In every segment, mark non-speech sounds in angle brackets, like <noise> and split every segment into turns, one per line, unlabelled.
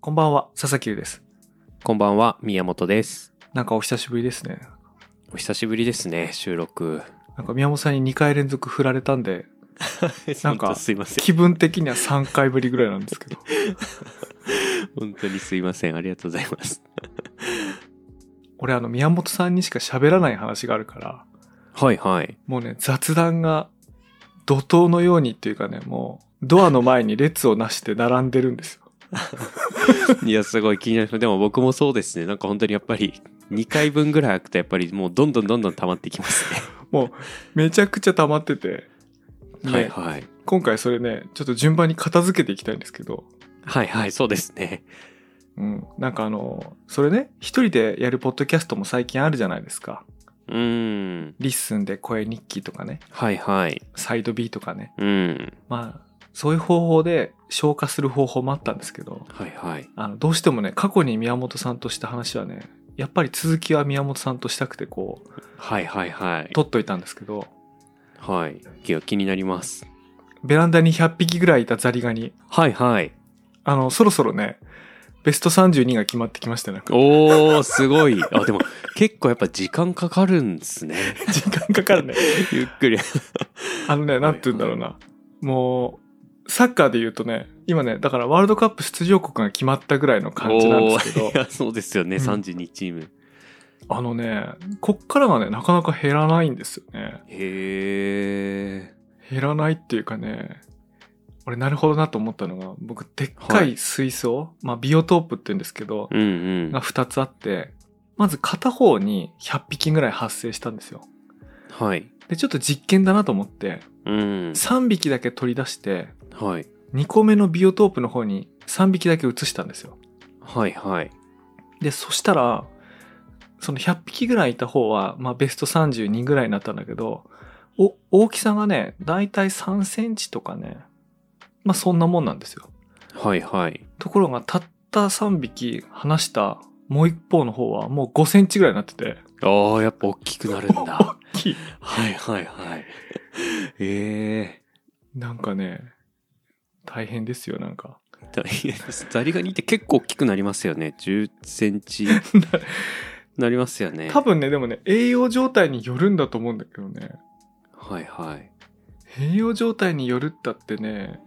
こんばんは、佐々木です。
こんばんは、宮本です。
なんかお久しぶりですね。
お久しぶりですね、収 <laughs> 録。
なんか宮本さんに2回連続振られたんで、なんか
本当すいません。
気分的には3回ぶりぐらいなんですけど。
<laughs> 本当にすいません。ありがとうございます。
俺あの宮本さんにしか喋らない話があるから、
<laughs> はいはい。
もうね、雑談が怒涛のようにっていうかね、もうドアの前に列をなして並んでるんですよ。
<laughs> いや、すごい気になります。でも僕もそうですね。なんか本当にやっぱり2回分ぐらい空くとやっぱりもうどんどんどんどん溜まってきますね。
めちゃくちゃ溜まってて、
<laughs>
ね
はいはい。
今回それね、ちょっと順番に片付けていきたいんですけど、
はいはい、そうですね。
うん、なんかあの、それね、一人でやるポッドキャストも最近あるじゃないですか。
うーん。
リッスンで声日記とかね、
はいはい。
サイド B とかね。
うん。
まあ、そういう方法で消化する方法もあったんですけど、
はいはい。
あの、どうしてもね、過去に宮本さんとした話はね、やっぱり続きは宮本さんとしたくてこう、
はいはいはい。
取っといたんですけど、
はい。いや、気になります。
ベランダに100匹ぐらいいたザリガニ、
はいはい。
あの、そろそろね、ベスト32が決まってきましたね。
おー、すごい。あ、でも結構やっぱ時間かかるんです <laughs> ね。
<laughs> 時間かかるね。
ゆっくり。
あのね、なんて言うんだろうな。もう、サッカーで言うとね、今ね、だからワールドカップ出場国が決まったぐらいの感じなんですけど
おーい、やそうですよね、
うん
32チーム
あのね、こっからがね、なかなか減らないんですよね。
へえ
減らないっていうかね、俺なるほどなと思ったのが、僕、でっか
はいい
水槽、まあ、ビオトープって言うんですけど、
うんうん
が2つあって、まず片方に100匹ぐらい発生したんですよ。
はい
で、ちょっと実験だなと思って、
うん
3匹だけ取り出して、
はい
2個目のビオトープの方に3匹だけ移したんですよ。
はいはい
で、そしたら、その100匹ぐらいいた方は、まあベスト32ぐらいになったんだけど、お、大きさがね、だいたい3センチとかね、まあそんなもんなんですよ。
はいはい
ところが、たった3匹離したもう一方の方はもう5センチぐらいになってて、
あーやっぱ大きくなるん
大
だ
きい。
<laughs> はいはいはいええ
なんかね、大変ですよ、なんか。
大変ですザリガニって結構大きくなりますよね10セン <laughs> チなりますよね
多分ね、でもね、栄養状態によるんだと思うんだけどね。
はいはい
栄養状態によるったってね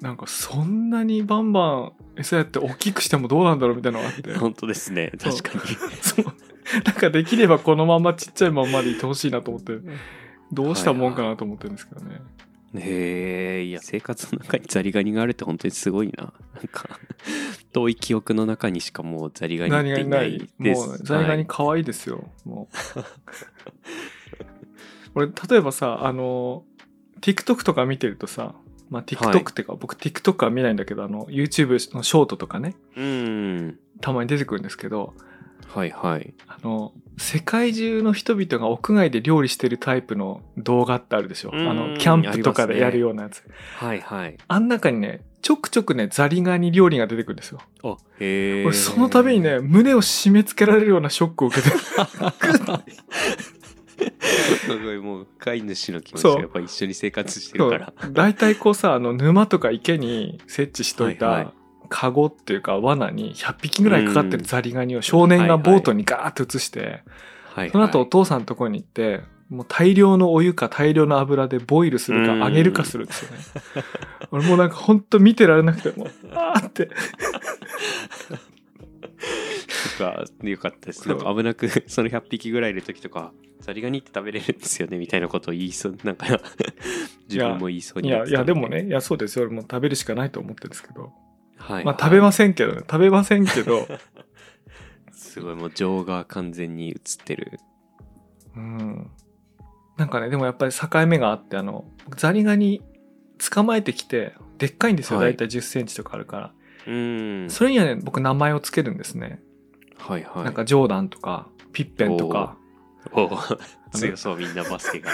なんかそんなにバンバン餌やって大きくしてもどうなんだろうみたいなのがあって
本当ですね
そう
確かに
そうなんかできればこのままちっちゃいまんまでいてほしいなと思ってどうしたもんかなと思ってるんですけどね、
へえいや生活の中にザリガニがあるって本当にすごいななんか <laughs> 遠い記憶の中にしかもうザリガニっ
何が
て
い
い
な
ないいです
もうザリガ
は
ニ
い
可愛いですよ、もう <laughs> 俺例えばさあの TikTok とか見てるとさまあ TikTok っていうか、僕 TikTok は見ないんだけどあの YouTube のショートとかね
うん
たまに出てくるんですけど
はいはい
あの、世界中の人々が屋外で料理してるタイプの動画ってあるでしょ。あ
うん
の、キャンプとか
あり
で
ますね
やるようなやつ。あ,、
はいはい
ん中にね、ちょくちょくね、ザリガニ料理が出てくるんですよ。
あへえ
俺、その度にね、胸を締め付けられるようなショックを受けてる。
すごいもう飼い主の気持ち
そう
がやっぱ一緒に生活してるから
そう大体こうさ、あの、沼とか池に設置しといた、
はいはい
カゴっていうか罠に100匹ぐらいかかってるザリガニを少
は
年
いは
が
い
ボートにガーッと移して、
はいはい
その後お父さんのところに行って、もう大量のお湯か大量の油でボイルする
うん
か揚げるかするんですよね。 <laughs> 俺もうなんかほんと見てられなくて、もう、あー
<laughs>
って。
とかよかったです
そ
な
うん
か危なく <laughs> その100匹ぐらいいる時とかザリガニって食べれるんですよねみたいなことを言いそうなんか <laughs> 自分も言いそう
い
になっ
や、
て
い
た
や、
の
でもね、いや、そうですよ。俺もう食べるしかないと思ってるんですけど。
はい
まあ食べますせんけどね。食べませんけど、
すごいもう情が完全に映ってる
うん。なんかね、でもやっぱり境目があって、あの、ザリガニ捕まえてきて、でっかいんですよ。
は
だ
い
いたい10センチとかあるから。
うん
それにはね、僕名前をつけるんですね。
はいはい
なんかジョーダンとか、ピッペンとか。
おー強 <laughs> そうみんなバスケ <laughs> が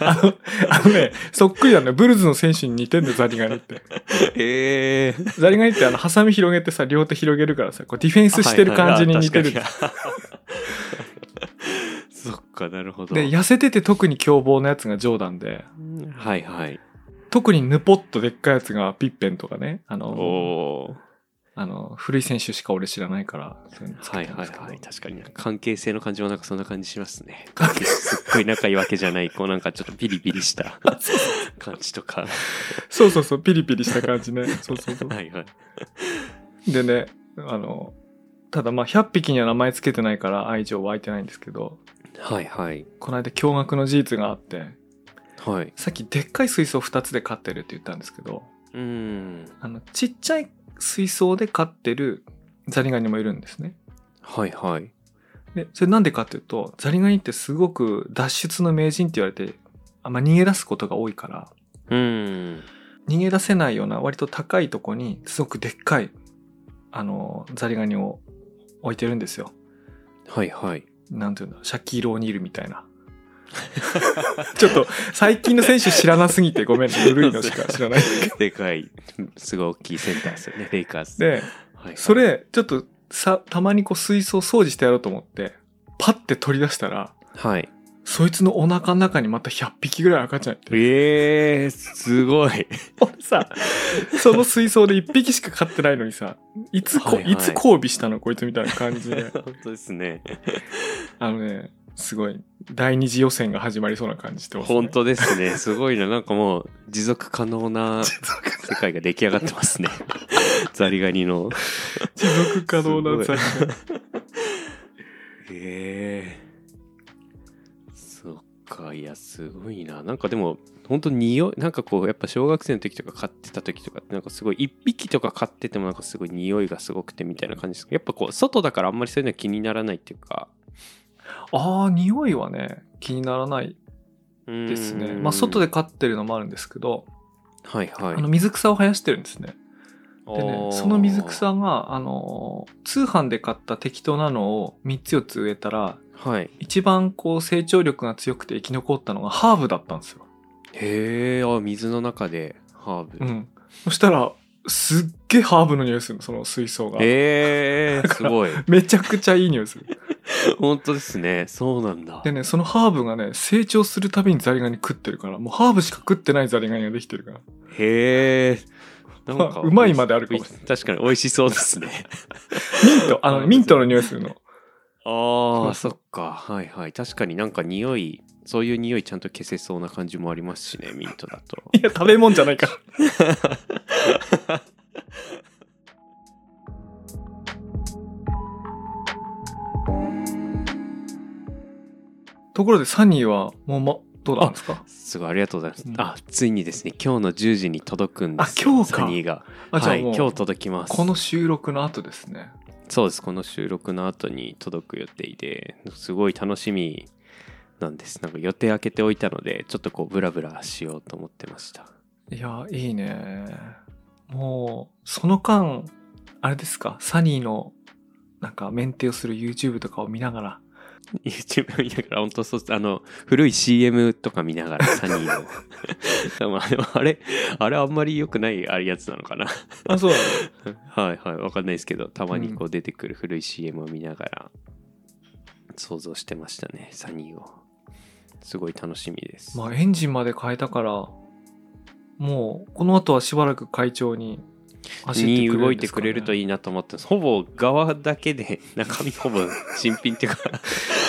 あの、あのね、そっくりだね。ブルズの選手に似てんだよ、ザリガニっ
<laughs>
て。
ええ
ザリガニってあの、ハサミ広げてさ、両手広げるからさ、こうディフェンスしてる感じに似てる。
はいはいはい確かに <laughs> そっかなるほど
で、痩せてて特に凶暴なやつがジョーダンで、
はいはい
特にヌポッとでっかいやつがピッペンとかね、あの、
おー
あの、古い選手しか俺知らないから、そういうのつ
は
け
い
て
は
ま
い
すけど
はい。確かに関係性の感じはなんかそんな感じしますね。すっごい仲いいわけじゃない、こうなんかちょっとピリピ
<laughs>
リした感じとか。
そうそうそう、ピリピリした感じ
<laughs>
ね。そうそうそう。
はいはい。
でね、あの、ただまあ、100匹には名前つけてないから愛情湧いてないんですけど、
はいはい。
この間驚愕の事実があって、
はい。
さっきでっかい水槽2つで飼ってるって言ったんですけど、
うーん。
あの、ちっちゃい水槽で飼ってるザリガニもいるんですね。
はいはい。
で、それなんでかっていうと、ザリガニってすごく脱出の名人って言われて、あんま逃げ出すことが多いから、
うーん。
逃げ出せないような割と高いとこに、すごくでっかい、あの、ザリガニを置いてるんですよ。
はいはい。
なんていうんだシャキール・オニールみたい
<laughs>
な。ちょっと、最近の選手知らなすぎてごめんね。古いのしか知らない。
でかい、すごい大きいセンターですよね、レイカーズ。
で、
はいはい
そ、れ、ちょっと、さ、たまにこう水槽掃除してやろうと思って、パッて取り出したら、
はい。
そいつのお腹の中にまた100匹ぐらい赤ちゃんいて。
ええー、すごい。
俺さ、その水槽で1匹しか飼ってないのにさ、いつこ、
はいいはい
つ交尾したのこいつみたいな感じで。
本当ですね。
あのね、すごい、第二次予選が始まりそうな感じしてます、ね。
本当ですね。すごいな。なんかもう、持続可能
<laughs>
な世界が出来上がってます <laughs> ね。ザリガニの。
持続可能なザリガニ
ええそっかいやすごいななんかでも本当に匂いなんかこうやっぱ小学生の時とか飼ってた時とかってなんかすごい一匹とか飼っててもなんかすごい匂いがすごくてみたいな感じですけどやっぱこう外だからあんまりそういうのは気にならないっていうか
<laughs> ああ、匂いはね、気にならないですね。まあ、外
で
で飼ってるのもあるんですけど、
はいはい
あの、水草を生やしてるんですね。
あ
でね
ー、
その水草が、あのー、通販で買った適当なのを3つ4つ植えたら、
はい
一番こう成長力が強くて生き残ったのがハーブだったんですよ。
へえあ水の中でハーブ、
うん。そしたら、すっげえハーブの匂いするの、その水槽が。
へえ
だ
す
から
ごい
めちゃくちゃいい匂いする。
本当ですねそうなんだ
でね、そのハーブがね、成長するたびにザリガニ食ってるから、もうハーブしか食ってないザリガニができてる <laughs> から。
へえなん
ま
か
あうまいまであるかもしれ
確かに美味しそうです <laughs> ね
ミント、あ
ハー
の、
ブ
ミントの匂いするの。
あ
そ
あ
うそ
そうっかはいはい確かになんか匂いそういう匂いちゃんと消せそうな感じもありますしねミントだ <laughs> と
いや、食べ物じゃないから。 <laughs> ところで、サニーは、もう、ま、どうなんですか
すごいありがとうございます、
うん
あついにですね今日の10時に届くんです
あ今日か
サニーが
あ、じゃ
は
あ
い
も
今
う、
日届きます
この収録の後ですね。
そうですこの収録の後に届く予定ですごい楽しみなんですなんか予定開けておいたのでちょっとこうブラブラしようと思ってました
いや、いいね。もう、その間、あれですか、サニーの、なんか、メンテをする YouTube とかを見ながら、
YouTube 見ながら、本当そうです、あの、古い CM とか見ながら、サニー
<laughs>
の。でもあれ、あれ、あれあんまり良くないあれやつなのかな。
あ、そう
はいはい、わかんないですけど、たまにこう出てくる古い CM を見ながら、想像してましたね、サニーを。すごい楽しみです。
まあ、エンジンまで変えたから、もう、この後はしばらく会長に走ってくれるんです
に
か、ね、
動いてくれるといいなと思ってますほぼ側だけで中身ほぼ新品っていうか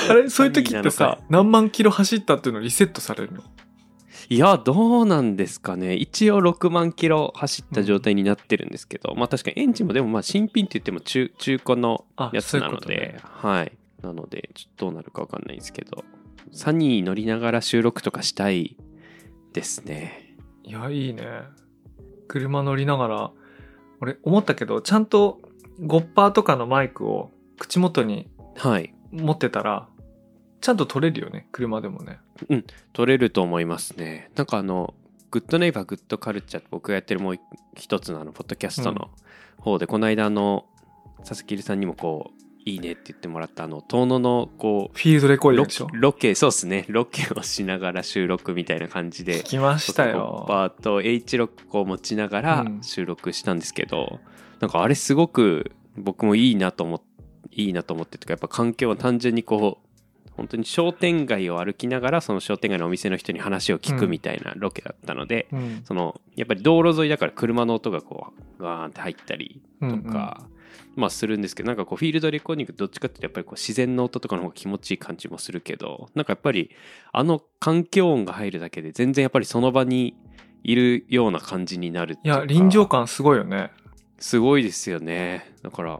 あれそういう時って
なの
さ
か、
何万キロ走ったっていうのリセットされるの
いやどうなんですかね一応6万キロ走った状態になってるんですけど、まあ確かにエンジンもでもまあ新品って言っても中中古の
あ
やつなので
そういうことね
はいなのでちょっとどうなるかわかんないんですけどサニー乗りながら収録とかしたいですね
いや、いいね。車乗りながら、俺、思ったけど、ちゃんと、ゴッパーとかのマイクを口元に
はい
持ってたら、ちゃんと撮れるよね、車でもね。
取れると思いますねなんかあのグッドネイバーグッドカルチャーって僕がやってるもう一つのあのポッドキャストの方で、この間あの佐々木留さんにもこういいねって言ってもらったあの遠野のこう
フィールドレコーディン
ロ
グでしょ
ロケそうですねロケをしながら収録みたいな感じで
聞きました
コッ
よ。
パーと H6 を持ちながら
うん
収録したんですけど、なんかあれすごく僕もいいなと思っいいなと思ってとかやっぱ環境は単純にこう本当に商店街を歩きながらその商店街のお店の人に話を聞くみたいなロケだったので、
うん
そのやっぱり道路沿いだから車の音がこうガーンって入ったりとか、まあするんですけどなんかこうフィールドレコーディングどっちかっていうとやっぱりこう自然の音とかの方が気持ちいい感じもするけどなんかやっぱりあの環境音が入るだけで全然やっぱりその場にいるような感じになるって
いう
か
や臨場感すごいよね
すごいですよねだから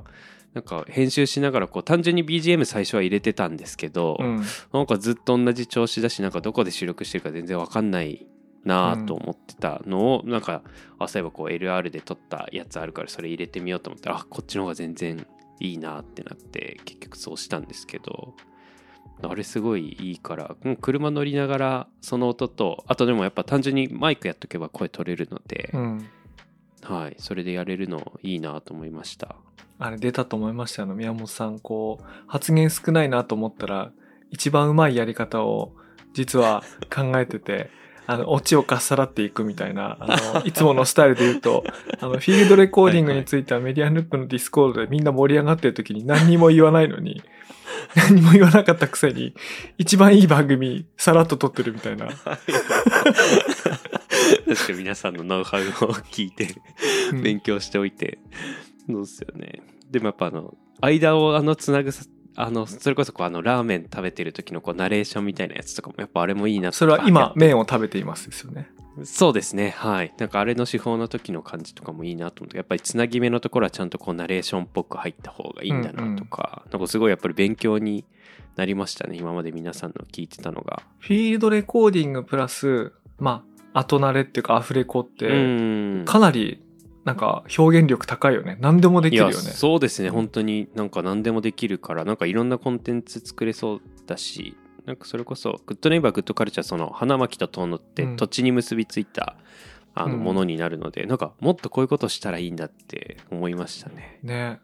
なんか編集しながらこう単純に BGM 最初は入れてたんですけど、
うん
なんかずっと同じ調子だしなんかどこで収録してるか全然わかんないなあと思ってたのを、なんかあそういえばこう LR で撮ったやつあるからそれ入れてみようと思ったらあこっちの方が全然いいなってなって結局そうしたんですけどあれすごいいいからうん車乗りながらその音とあとでもやっぱ単純にマイクやっとけば声取れるので、
うん
はいそれでやれるのいいなと思いました
あれ出たと思いましたよ、宮本さんこう発言少ないなと思ったら一番うまいやり方を実は考えてて <laughs> あのオチをかっさらっていくみたいなあのいつものスタイルで言うとあのフィールドレコーディングについてはメディアヌップのディスコードでみんな盛り上がってる時に何にも言わないのに <laughs> 何にも言わなかったくせに一番いい番組さらっと撮ってるみたいな、
<laughs> 確かに皆さんのノウハウを聞いて
うん
勉強しておいて、そうですよねでもやっぱあの間をあのつなぐさあのそれこそこうあのラーメン食べてる時のこうナレーションみたいなやつとかもやっぱあれもいいなとか
それは今麺を食べていますですよね
そうですねはいなんかあれの手法の時の感じとかもいいなと思ってやっぱりつなぎ目のところはちゃんとこうナレーションっぽく入った方がいいんだなとか、なんかすごいやっぱり勉強になりましたね今まで皆さんの聞いてたのが、
フィールドレコーディングプラスまあ後慣れっていうかアフレコって、
うん
かなりなんか表現力高いよね何でもできるよね
いやそうですね本当になんか何でもできるからなんかいろんなコンテンツ作れそうだしなんかそれこそグッドネイバーグッドカルチャーその花巻と遠野って
うん
土地に結びついた、あの
うん
ものになるので、なんかもっとこういうことしたらいいんだって思いましたね。
ね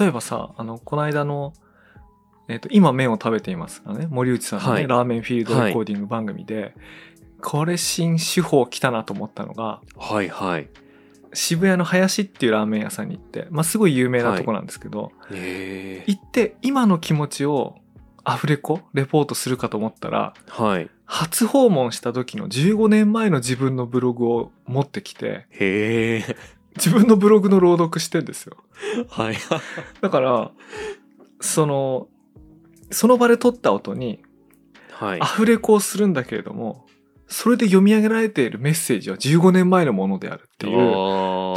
例えばさあのこの間の、えっと今麺を食べていますがね森内さんの、ね
はい
ラーメンフィールドレコーディング番組で、これ新手法来たなと思ったのが
はいはい。
渋谷の林っていうラーメン屋さんに行って、まあ、すごい有名なとこなんですけど、
へえ。
行って今の気持ちをアフレコレポートするかと思ったら
はい。
初訪問した時の15年前の自分のブログを持ってきて
へえ。
自分のブログの朗読してんですよ
<laughs> はい。
だから、その、その場で撮った音に
はい
ア。フレコをするんだけれども、それで読み上げられているメッセージは15年前のものであるっていう、
あ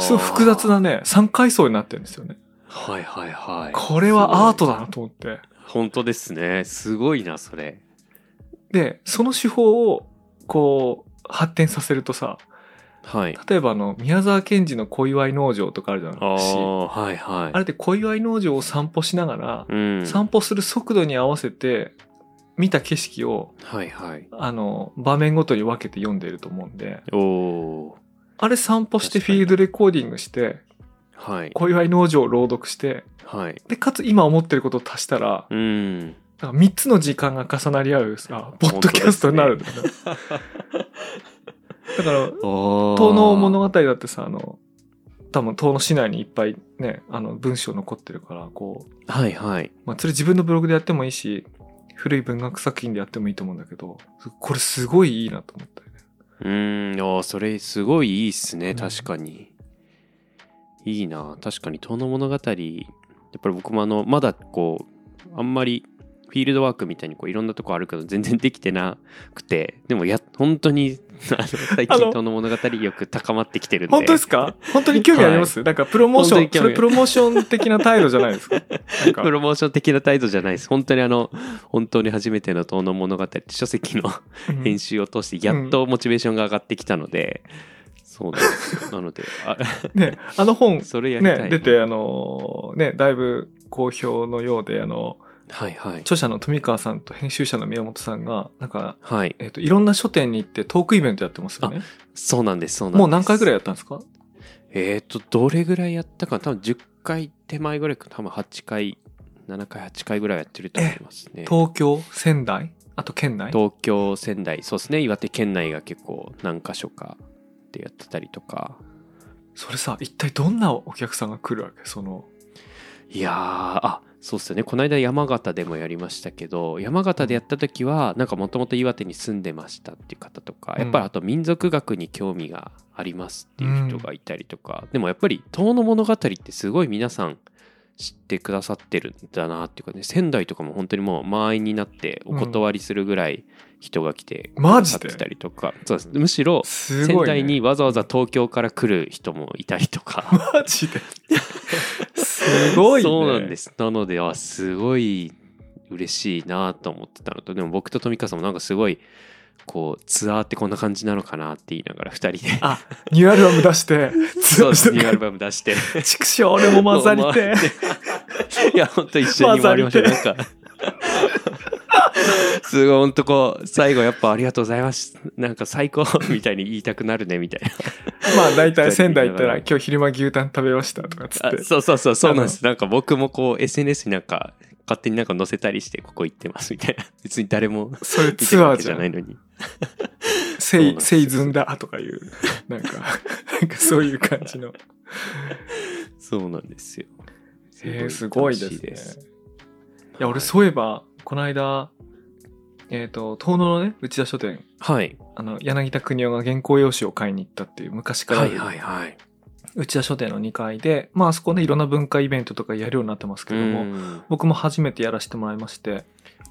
ー
すごい複雑。なね、3階層になってるんですよね。
はいはいはい。
これはアートだなと思って。
本当ですね。すごいな、それ。
で、その手法を、こう、発展させるとさ、
はい。
例えばあの、宮沢賢治の小祝農場とかあるじゃない
あ
ですか。
あ、はいはい。
あれって小祝農場を散歩しながら、
うん。
散歩する速度に合わせて、見た景色を
はいはい。
あの、場面ごとに分けて読んでいると思うんで、
おお
あれ散歩して
確
フ
かに
ィールドレコーディングして、
ー。はい。
小祝農場を朗読して、
はい。
で、かつ今思ってることを足したら、
うん。
なんか3つの時間が重なり合うさ、ポッドキャストになるんだよね。だから、
遠
遠野物語だってさ、あの、多分遠野市内にいっぱいね、あの、文章残ってるから、こう、
はいはい。
まあ、それ自分のブログでやってもいいし、古い文学作品でやってもいいと思うんだけど、これすごいいいなと思ったよね。
うーん、ああ、それすごいいいっす
う
ね、
ん
確かに。いいな、確かに、遠野物語、やっぱり僕もあの、まだこう、あんまり、フィールドワークみたいにこういろんなとこ歩くの全然できてなくてでもや本当にあの最
あ
近
の
遠野物語力高まってきてるんで
本当ですか本当に興味あります、なんかプロモーショ
本
ン、
当に興味
それプロモーション的な態度じゃないですか。なんか
<laughs> プロモーション的な態度じゃないです本当にあの本当に初めての遠野物語って書籍の
うん
編集を通してやっとモチベーションが上がってきたので、そうなんですよなのであ
<laughs> ね、あの本、
それやりたい、
ね、出て、あのーね、だいぶ好評のようで、あの、
はいはい
著者の富川さんと編集者の宮本さんが、なんか、
はい
えっ、と、いろんな書店に行ってトークイベントやってますよね。
そうなんですそうなんです
もう何回ぐらい
い
やったんですか
えっ、とどれぐらいやったかな多分10回手前ぐらいか多分8回7回8回ぐらいやってると思いますね
東京、仙台、あと県内
東京仙台そうですね岩手県内が結構何箇所かでやってたりとか
それさ、一体どんなお客さんが来るわけその、
いやーあそうっすよねこの間山形でもやりましたけど山形でやった時はなんかもともと岩手に住んでましたっていう方とか、
うん
やっぱりあと民族学に興味がありますっていう人がいたりとか、でもやっぱり「遠の物語」ってすごい皆さん知ってくださってるんだなっていうかね仙台とかも本当にもう満員になってお断りするぐらい人が来てく
マ
だ
ジ
さっ
で
てたりとか、そうですむしろ
す
仙
ごい、ね。
台にわざわざ東京から来る人もいたりとか。
マジ
<laughs>
で。すごい、ね。。
そうなんですすなのではすごい嬉しいなと思ってたのとでも僕と富川さんもなんかすごいこうツアーってこんな感じなのかなって言いながら2人で
あ、ニューアルバム出して、ツ
そ
アー
うで
し
す
て
ニューア
る
ル。バム出して
ちくしょう、俺も混ざり
<laughs>
て。
いや本当一緒に回りましょう
混
なんかすごい本当こう最後やっぱありがとうございますなんか最高 <laughs> みたいに言いたくなるねみたいな
<laughs> まあ、
<laughs>
大体仙台行ったら、
二人で行きながら
今日昼間牛タン食べましたとかっつっ
あ
て。
そうそうそうそうなんですなんか僕もこう SNS になんか勝手になんか載せたりしてここ行ってますみたいな別に誰も
それ
見て
ツ
る
ア
わ
ー
け
じ
じ
ゃ
ゃ
な
ない
い。
のに
せい、
そうなんです
せ
よ
いずんだとかいう、なんか、 <laughs> なんかそういう感じの。
そうなん <laughs> ですよ。
えー、すごいです
楽
ね
し。
いや、俺、そういえば、この間、えっ、と、東野のね、内田書店、
はい。
あの、柳田国夫が原稿用紙を買いに行ったっていう、昔からあ
は
る
いはいはい。
内田書店の2階で、まあ、あそこね、いろんな文化イベントとかやるようになってますけども、
うん
僕も初めてやらせてもらいまして、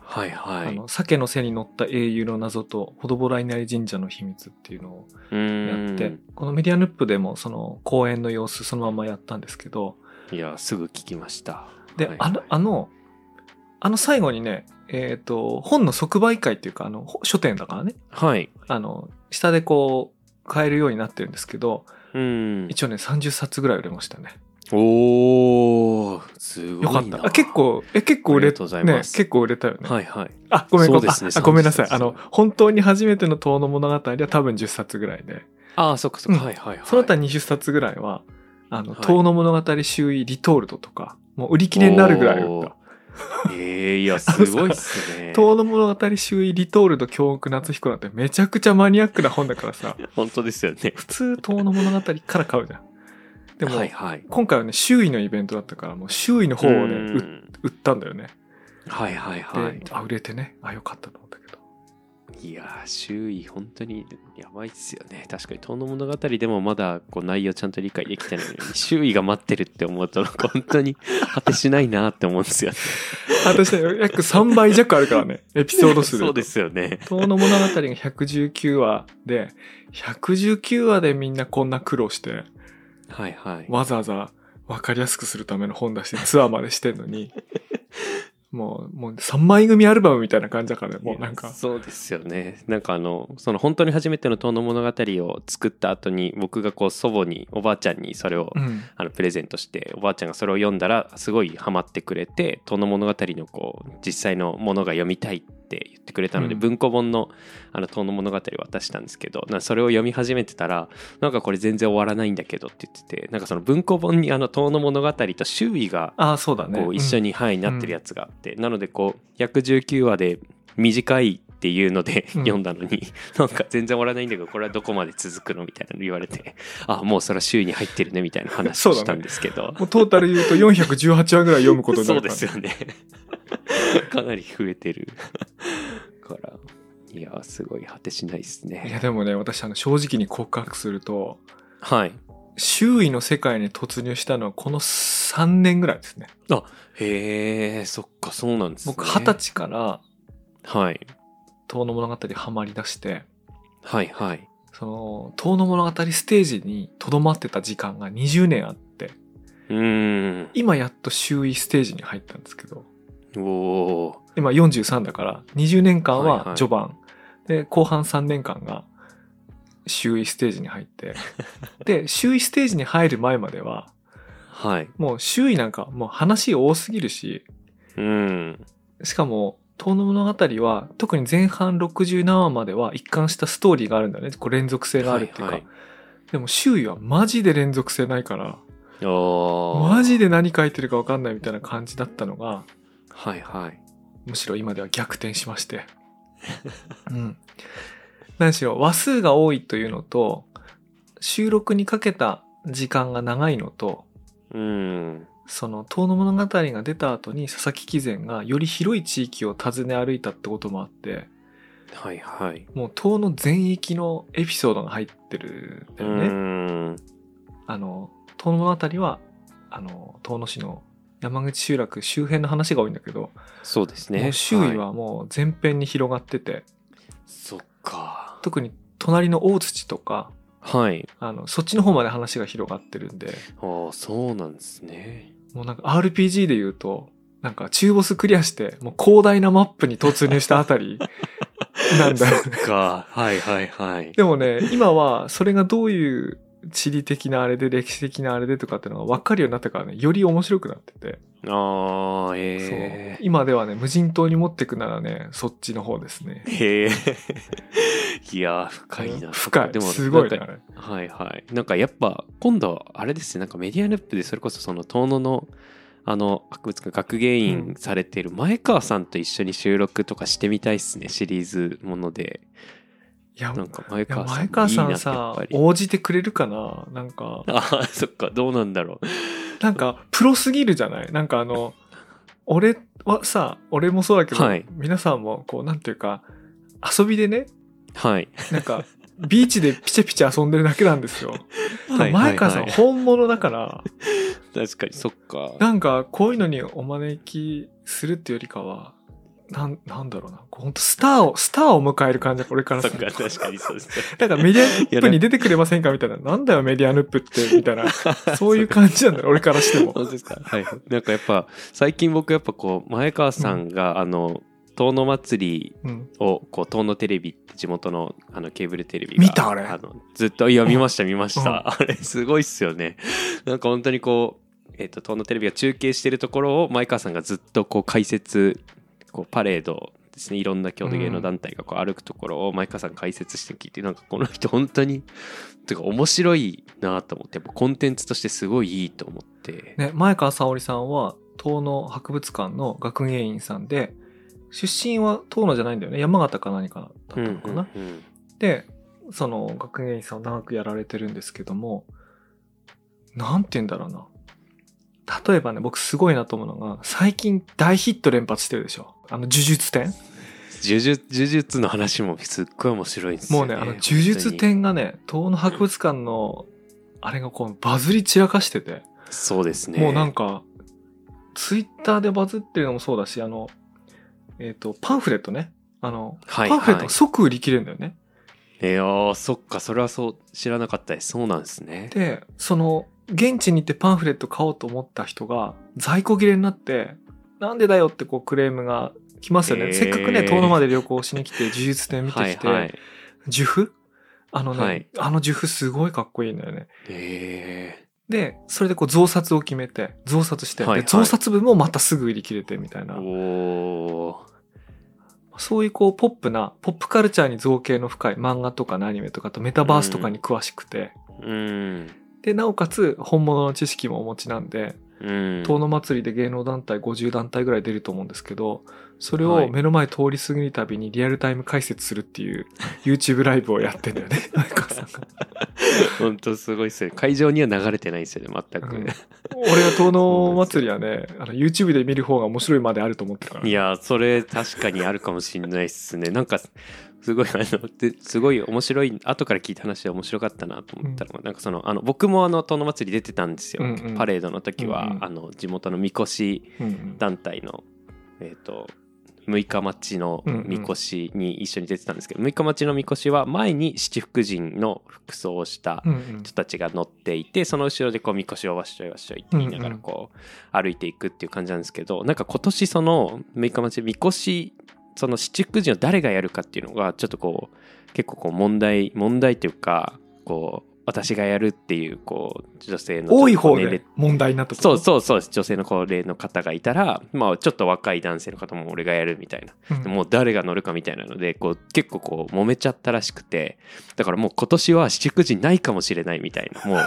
はいは
あ
い。
の、鮭の背に乗った英雄の謎と、ほどぼら稲荷神社の秘密っていうのをや
や
って、このメディアヌップでも、その、公演の様子そのままやったんですけど、
いや、すぐ聞きました。
で、
はいはい
あの、あの、あの最後にね、えっ、と、本の即売会っていうか、あの、ほ書店だからね、
はい。
あの、下でこう、買えるようになってるんですけど、
うん。
一応ね、30冊ぐらい売れましたね。
おー、すごい
よ
な。
かった。あ結。構、え、結構売
あ
れ、
りがとうございま
ね、
す
結構売れたよね。
はいはい。
あ、ごめん、
そうですね
ああごめんなさい
30。冊
あの、本当に初めての遠の物語は多分10冊ぐらいで、
ああ、そっかそっか。
うん
はいはいはい。
その他20冊ぐらいは、あの、
はい
遠野物語周囲リトールトとか、もう売り切れになるぐらい売
お
っ
ー
た。
えー、いや、すごいっすね。
<laughs> 遠野物語周囲リトールト京極夏彦なんてめちゃくちゃマニアックな本だから
<laughs>
さ、
本当ですよね。
普通遠野物語から買うじゃん。でも、
はいはい。
今回はね、周囲のイベントだったから、もう周囲の方をね、
う
売
ん
売ったんだよね。
はいはい
で、
はい。
あ、売れてね、あ、よかったと思ったけど。
いやー周囲本当にやばいっすよね確かに「遠の物語」でもまだこう内容ちゃんと理解できてないの <laughs> に周囲が待ってるって思うとなんか本当に果てしないなって思うんですよね
私ね、約3倍弱あるからね、エピソード数で。
そうですよね
遠野物語が119話で、119話でみんなこんな苦労して、
はいはい
わざわざ分かりやすくするための本出してツアーまでしてんの
<laughs>
に、もう、もう3枚組アルバムみたいな感じだからね、もうなん
いや
か。
そうですよねなんかあのその本当に初めての「遠の物語」を作った後に僕がこう祖母におばあちゃんにそれを
うん。
あのプレゼントしておばあちゃんがそれを読んだらすごいハマってくれて「遠野物語」のこう実際のものが読みたいって言ってくれたので、
うん
文庫本の「あの遠野物語」を渡したんですけどなんかそれを読み始めてたらなんかこれ全然終わらないんだけどって言っててなんかその文庫本に「あの遠野物語」と周囲が
ああ、そうだね。
こう一緒
に。
に、はいなってるやつがあって、なのでこう119話で短いっていうので読んだのに、 <laughs> なんか全然終わらないんだけどこれはどこまで続くのみたいなの言われてあもうそれは周囲に入ってるねみたいな話
そ
を
うだね
したんですけど、
もうトータル言うと418話ぐらい読むことにな
そ
るか
うで
ら。
すよね <laughs> かなり増えてるからいやすごい果てしないです
いや、
ね
でもね、私、あの、正直に告白すると、
はい
周囲の世界に突入したのはこの3年ぐらいですね。
へえそっかそうなんですね
僕、二十歳から
はい
遠野物語ハマり出して、
はいはい
その、遠野物語ステージに留まってた時間が20年あって、
うーん
今やっと周囲ステージに入ったんですけど、
おお
今43だから、20年間
はいは
はい序盤、で、後半3年間が周囲ステージに入って、で、周囲ステージに入る前までは、
はい
もう周囲なんかもう話多すぎるし、
うん
しかも、遠野物語は特に前半60何話までは一貫したストーリーがあるんだよね。こう連続性があるっていうか。
はいはい
でも周囲はマジで連続性ないから、
おー
マジで何書いてるか分かんないみたいな感じだったのが、
はいはい
むしろ今では逆転しま
<laughs>
して。うん。何しろ話数が多いというのと、収録にかけた時間が長いのと、
うん
その遠野物語が出た後に佐々木貴善がより広い地域を訪ね歩いたってこともあって
はいはい。
もう遠野全域のエピソードが入ってるんだ
う
よね。
ーん。
あの遠野物語はあの遠野市の山口集落周辺の話が多いんだけど、
そうです
も
ね。
う周囲
い
はもう全編に広がってて、
そっか。
特に隣の大槌とか
はい。
あのそっちの方まで話が広がってるんで
ああ、そうなんですね。
もうなんか RPG で言うとなんか中ボスクリアしてもう広大なマップに突入したあたりなんだよ
<laughs> そっか。はいはいはい。
でもね今はそれがどういう地理的なあれで歴史的なあれでとかってのが分かるようになったからねより面白くなってて、
ああ、
そう
ええ
今ではね無人島に持ってくならねそっちの方ですね
へえ。 <laughs> いやー、深いな。
深い
でも、
すごいね
なん
あ
か
れ
はいはい。なんかやっぱ、今度、あれですね、なんかメディアルップで、それこそその遠野の、あの、博物館、学芸員されてる前川さんと一緒に収録とかしてみたいっすね、シリーズもので。
いや
なんか前
いや
川さん
前川さ
いい
ん
なってやっ
さ
ぱり
応じてくれるかななんか
ああ、そっか、どうなんだろう。
なんか、プロすぎるじゃないなんかあの、俺はさ、俺もそうだけど、
はい
皆さんも、こう、なんていうか、遊びでね、
はい。
なんか、ビーチでピチャピチャ遊んでるだけなんですよ。
はい
前川さん、
はいは
本物だから、
<laughs> 確かに、そっか。
なんか、こういうのにお招きするっていうよりかは、なん、なんだろうな。こうほんと、スターを、スターを迎える感じ、これから
そ
さ
っ。か、 <laughs> 確かにそうですね。
<laughs> なんかメディアヌップに出てくれませんかみたいな。なんだよ、メディアヌップって、みたい
<laughs>
な。そういう感じなんだよ、俺からしても。
本当ですか。はい。なんかやっぱ最近僕やっぱこう前川さんが、あの遠野祭り
うん。
をこう遠野テレビって地元のあのケーブルテレビが
見たあれ
のずっといや見ました見まし
う
た。 <laughs> あれすごいっすよね。なんか本当にこうえっ、と遠野テレビが中継してるところを前川さんがずっとこう解説こうパレードですねいろんな郷土芸能団体がこう歩くところを前川さん解説して聞いて、なんかこの人本当にてか面白いなと思ってやっぱコンテンツとしてすごいいいと思って、
ね、前川沙織さんは遠野博物館の学芸員さんで出身は遠野じゃないんだよね山形か何かだったのかな、
うんうんうん
でその学芸員さんを長くやられてるんですけどもなんて言うんだろうな例えばね僕すごいなと思うのが最近大ヒット連発してるでしょあの呪術展
呪術呪術の話もすっごい面白いんです
も
よ、
う
ね。
ねあの呪術
本当に
展がね遠野博物館のあれがこうバズり散らかしてて
そうですね。
もうなんか、ツイッターでバズってるのもそうだし、あの、えっ、と、パンフレットね。あの、
はい
パンフレッ
は
ト
い
が即売り切れるんだよね。
いやーそっかそれはそう知らなかったです。そうなんですね。
で、その、現地に行ってパンフレット買おうと思った人が、在庫切れになって、なんでだよってこうクレームが来ますよね。
えー
せっかくね、遠野まで旅行しに来て、呪術展見てきて、
はいはい。
呪符あのね、
はい
あの呪符すごいかっこいいんだよね。
え
で、それでこう増刷を決めて、増刷して、
はいはい
で増刷分もまたすぐ売り切れてみたい
ー、
な。
おー
そういうこうポップな、ポップカルチャーに造形の深い漫画とかのアニメとかあとメタバースとかに詳しくて、
うん
で、なおかつ本物の知識もお持ちなんで、
うん。
遠野祭りで芸能団体50団体ぐらい出ると思うんですけど、それ
は
を
い
目の前通り過ぎるたびにリアルタイム解説するって
<laughs>
いう YouTube ライブをやってんだよね、 <laughs> 前川さんが。
本当すごいっすよね。会場には流れてないですよね全く。
うん俺は遠野祭りはね、あの YouTube で見る方が面白いまであると思ってから
<laughs> い。やーそれ確かにあるかもしんないっすね。なんかすごいあのですごい面白い後から聞いた話で面白かったなと思ったのが、なんかそのあの僕もあの遠野祭り出てたんですよ、
うんうん
パレードの時は、
うんうん
あの地元のみこし
うんうん
団体のえっ、と六日町のみこしに一緒に出てたんですけど、六日町のみこしは前に七福神の服装をした
うんうん
人たちが乗っていてその後ろでこうみこしをわっしょいわっしょいって言いながらこう歩いていくっていう感じなんですけど、なんか今年その六日町みこしその七福神を誰がやるかっていうのがちょっとこう結構こう問題問題というかこう私がやるっていうこう女性の
多い方
ちょっと年
で
齢
問題になったと
そうそうそうです女性の高齢の方がいたらまあちょっと若い男性の方も俺がやるみたいな
うん。
もう誰が乗るかみたいなのでこう結構こう揉めちゃったらしくてだからもう今年は七福神ないかもしれないみたいなもう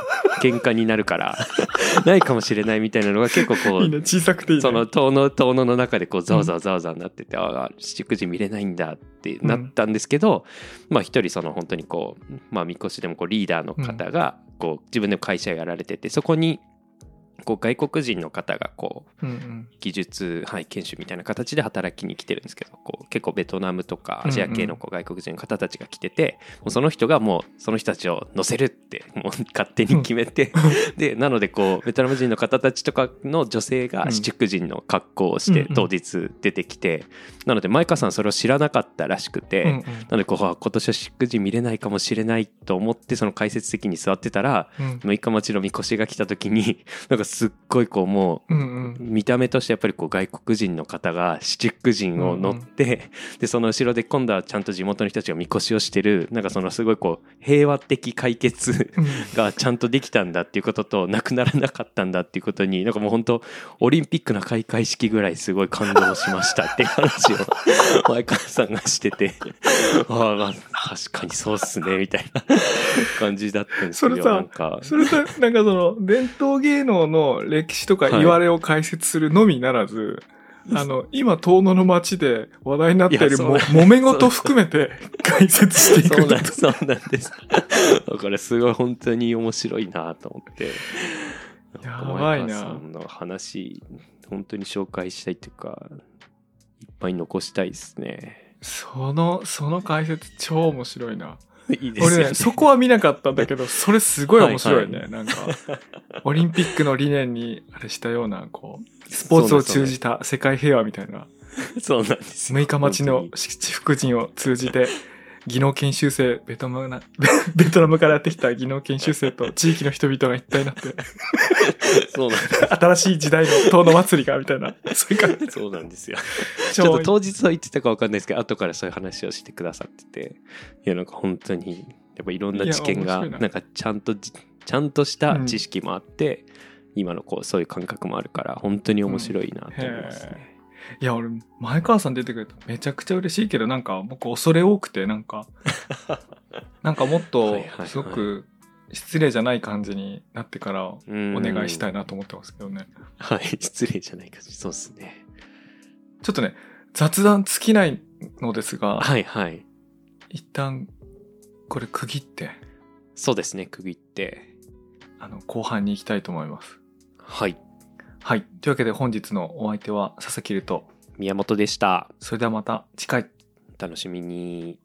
喧嘩になるから
<laughs>
ないかもしれないみたいなのが結構こ
<laughs> いいうね、小さくていいね。
その遠野遠野の中でこうざわざわざわざわになってて、ああ七福神見れないんだってなったんですけど、まあ一人その本当にこうまあみこしでもこうリーダーの方がこう自分でも会社やられててそこにこう外国人の方がこう
うんうん
技術、はい、研修みたいな形で働きに来てるんですけどこう結構ベトナムとかアジア系のこう外国人の方たちが来てて、もうその人がもうその人たちを乗せるってもう勝手に決めて、 <laughs> でなのでこうベトナム人の方たちとかの女性が
うん
七福神の格好をして
うんうん
当日出てきて、なのでマイカさんそれを知らなかったらしくて。
うんうん
なのでこうあ今年は七福神見れないかもしれないと思ってその解説席に座ってたら
うん
六日町のみこしが来た時になんかすっごいこうもう
うんうん
見た目としてやっぱりこう外国人の方が七福神を乗って、でその後ろで今度はちゃんと地元の人たちがみこしをしてるなんかそのすごいこう平和的
<laughs>
解決
うん
がちゃんとできたんだっていうこととなくならなかったんだっていうことになんかもう本当オリンピックの開会式ぐらいすごい感動しましたってい
<laughs>
う話を前川さんがしててああ確かにそうっすねみたいな感じだったんで
そ
すけ
れ
ど
さ
なんか
それとなんかそ
<laughs>
の伝統芸能の歴史とかいわれを解説するのみなら
<laughs>
ず、あの今遠野の町で話題になってい
いや
る
そう
も揉め事含めて解説してい
そ
く
うん
だ
なんそうなんです。 <laughs> これすごい本当に面白いなと思って。
やばいな
前川さんの話、本当に紹介したいというか、いっぱい残したいですね。
そのその解説超面白いない
いですよ
俺
ね。
ねそこは見なかったんだけどそれすごい面白いね、
はい <laughs>
なんかオリンピックの理念にあれしたようなこうスポーツを通じた世界平和みたいな
そうなんですよ。
六日町の
本
七福神を通じて、技能研修生、ベトナムな、 <laughs> ベトナムからやってきた技能研修生と地域の人々が一体になって、
当に。そうなんです。
新しい時代の遠野祭りが、みたいな。そういう感じ。
そうなんですよ。ち
ち
ょ
ょ
っと当日は言ってたかわかんないですけど、後からそういう話をしてくださってて、いや、なんか本当に、やっぱいろんな知見
いや面白
が、
いな
なんかちゃんとじ、ちゃんとした知識もあって、今のこう、そういう感覚もあるから、本当に面白いなと思いますね。
いや、俺、前川さん出てくれためちゃくちゃ嬉しいけど、なんか僕恐れ多くて、なん
<laughs>
か、なんかもっ
はい
と
はいは、い
すごく失礼じゃない感じになってからお
お
願いしたいなと思ってますけどね。
はい、失礼じゃないか。そうですね。
ちょっとね、雑談尽きないのですが、
はいはい。
一旦これ区切って
そうですね、区切って。
あの後半に行きたいと思います。
はい、
はい。というわけで本日のお相手は佐々木瑠と、
宮本でした。
それではまた次回。
お楽しみに。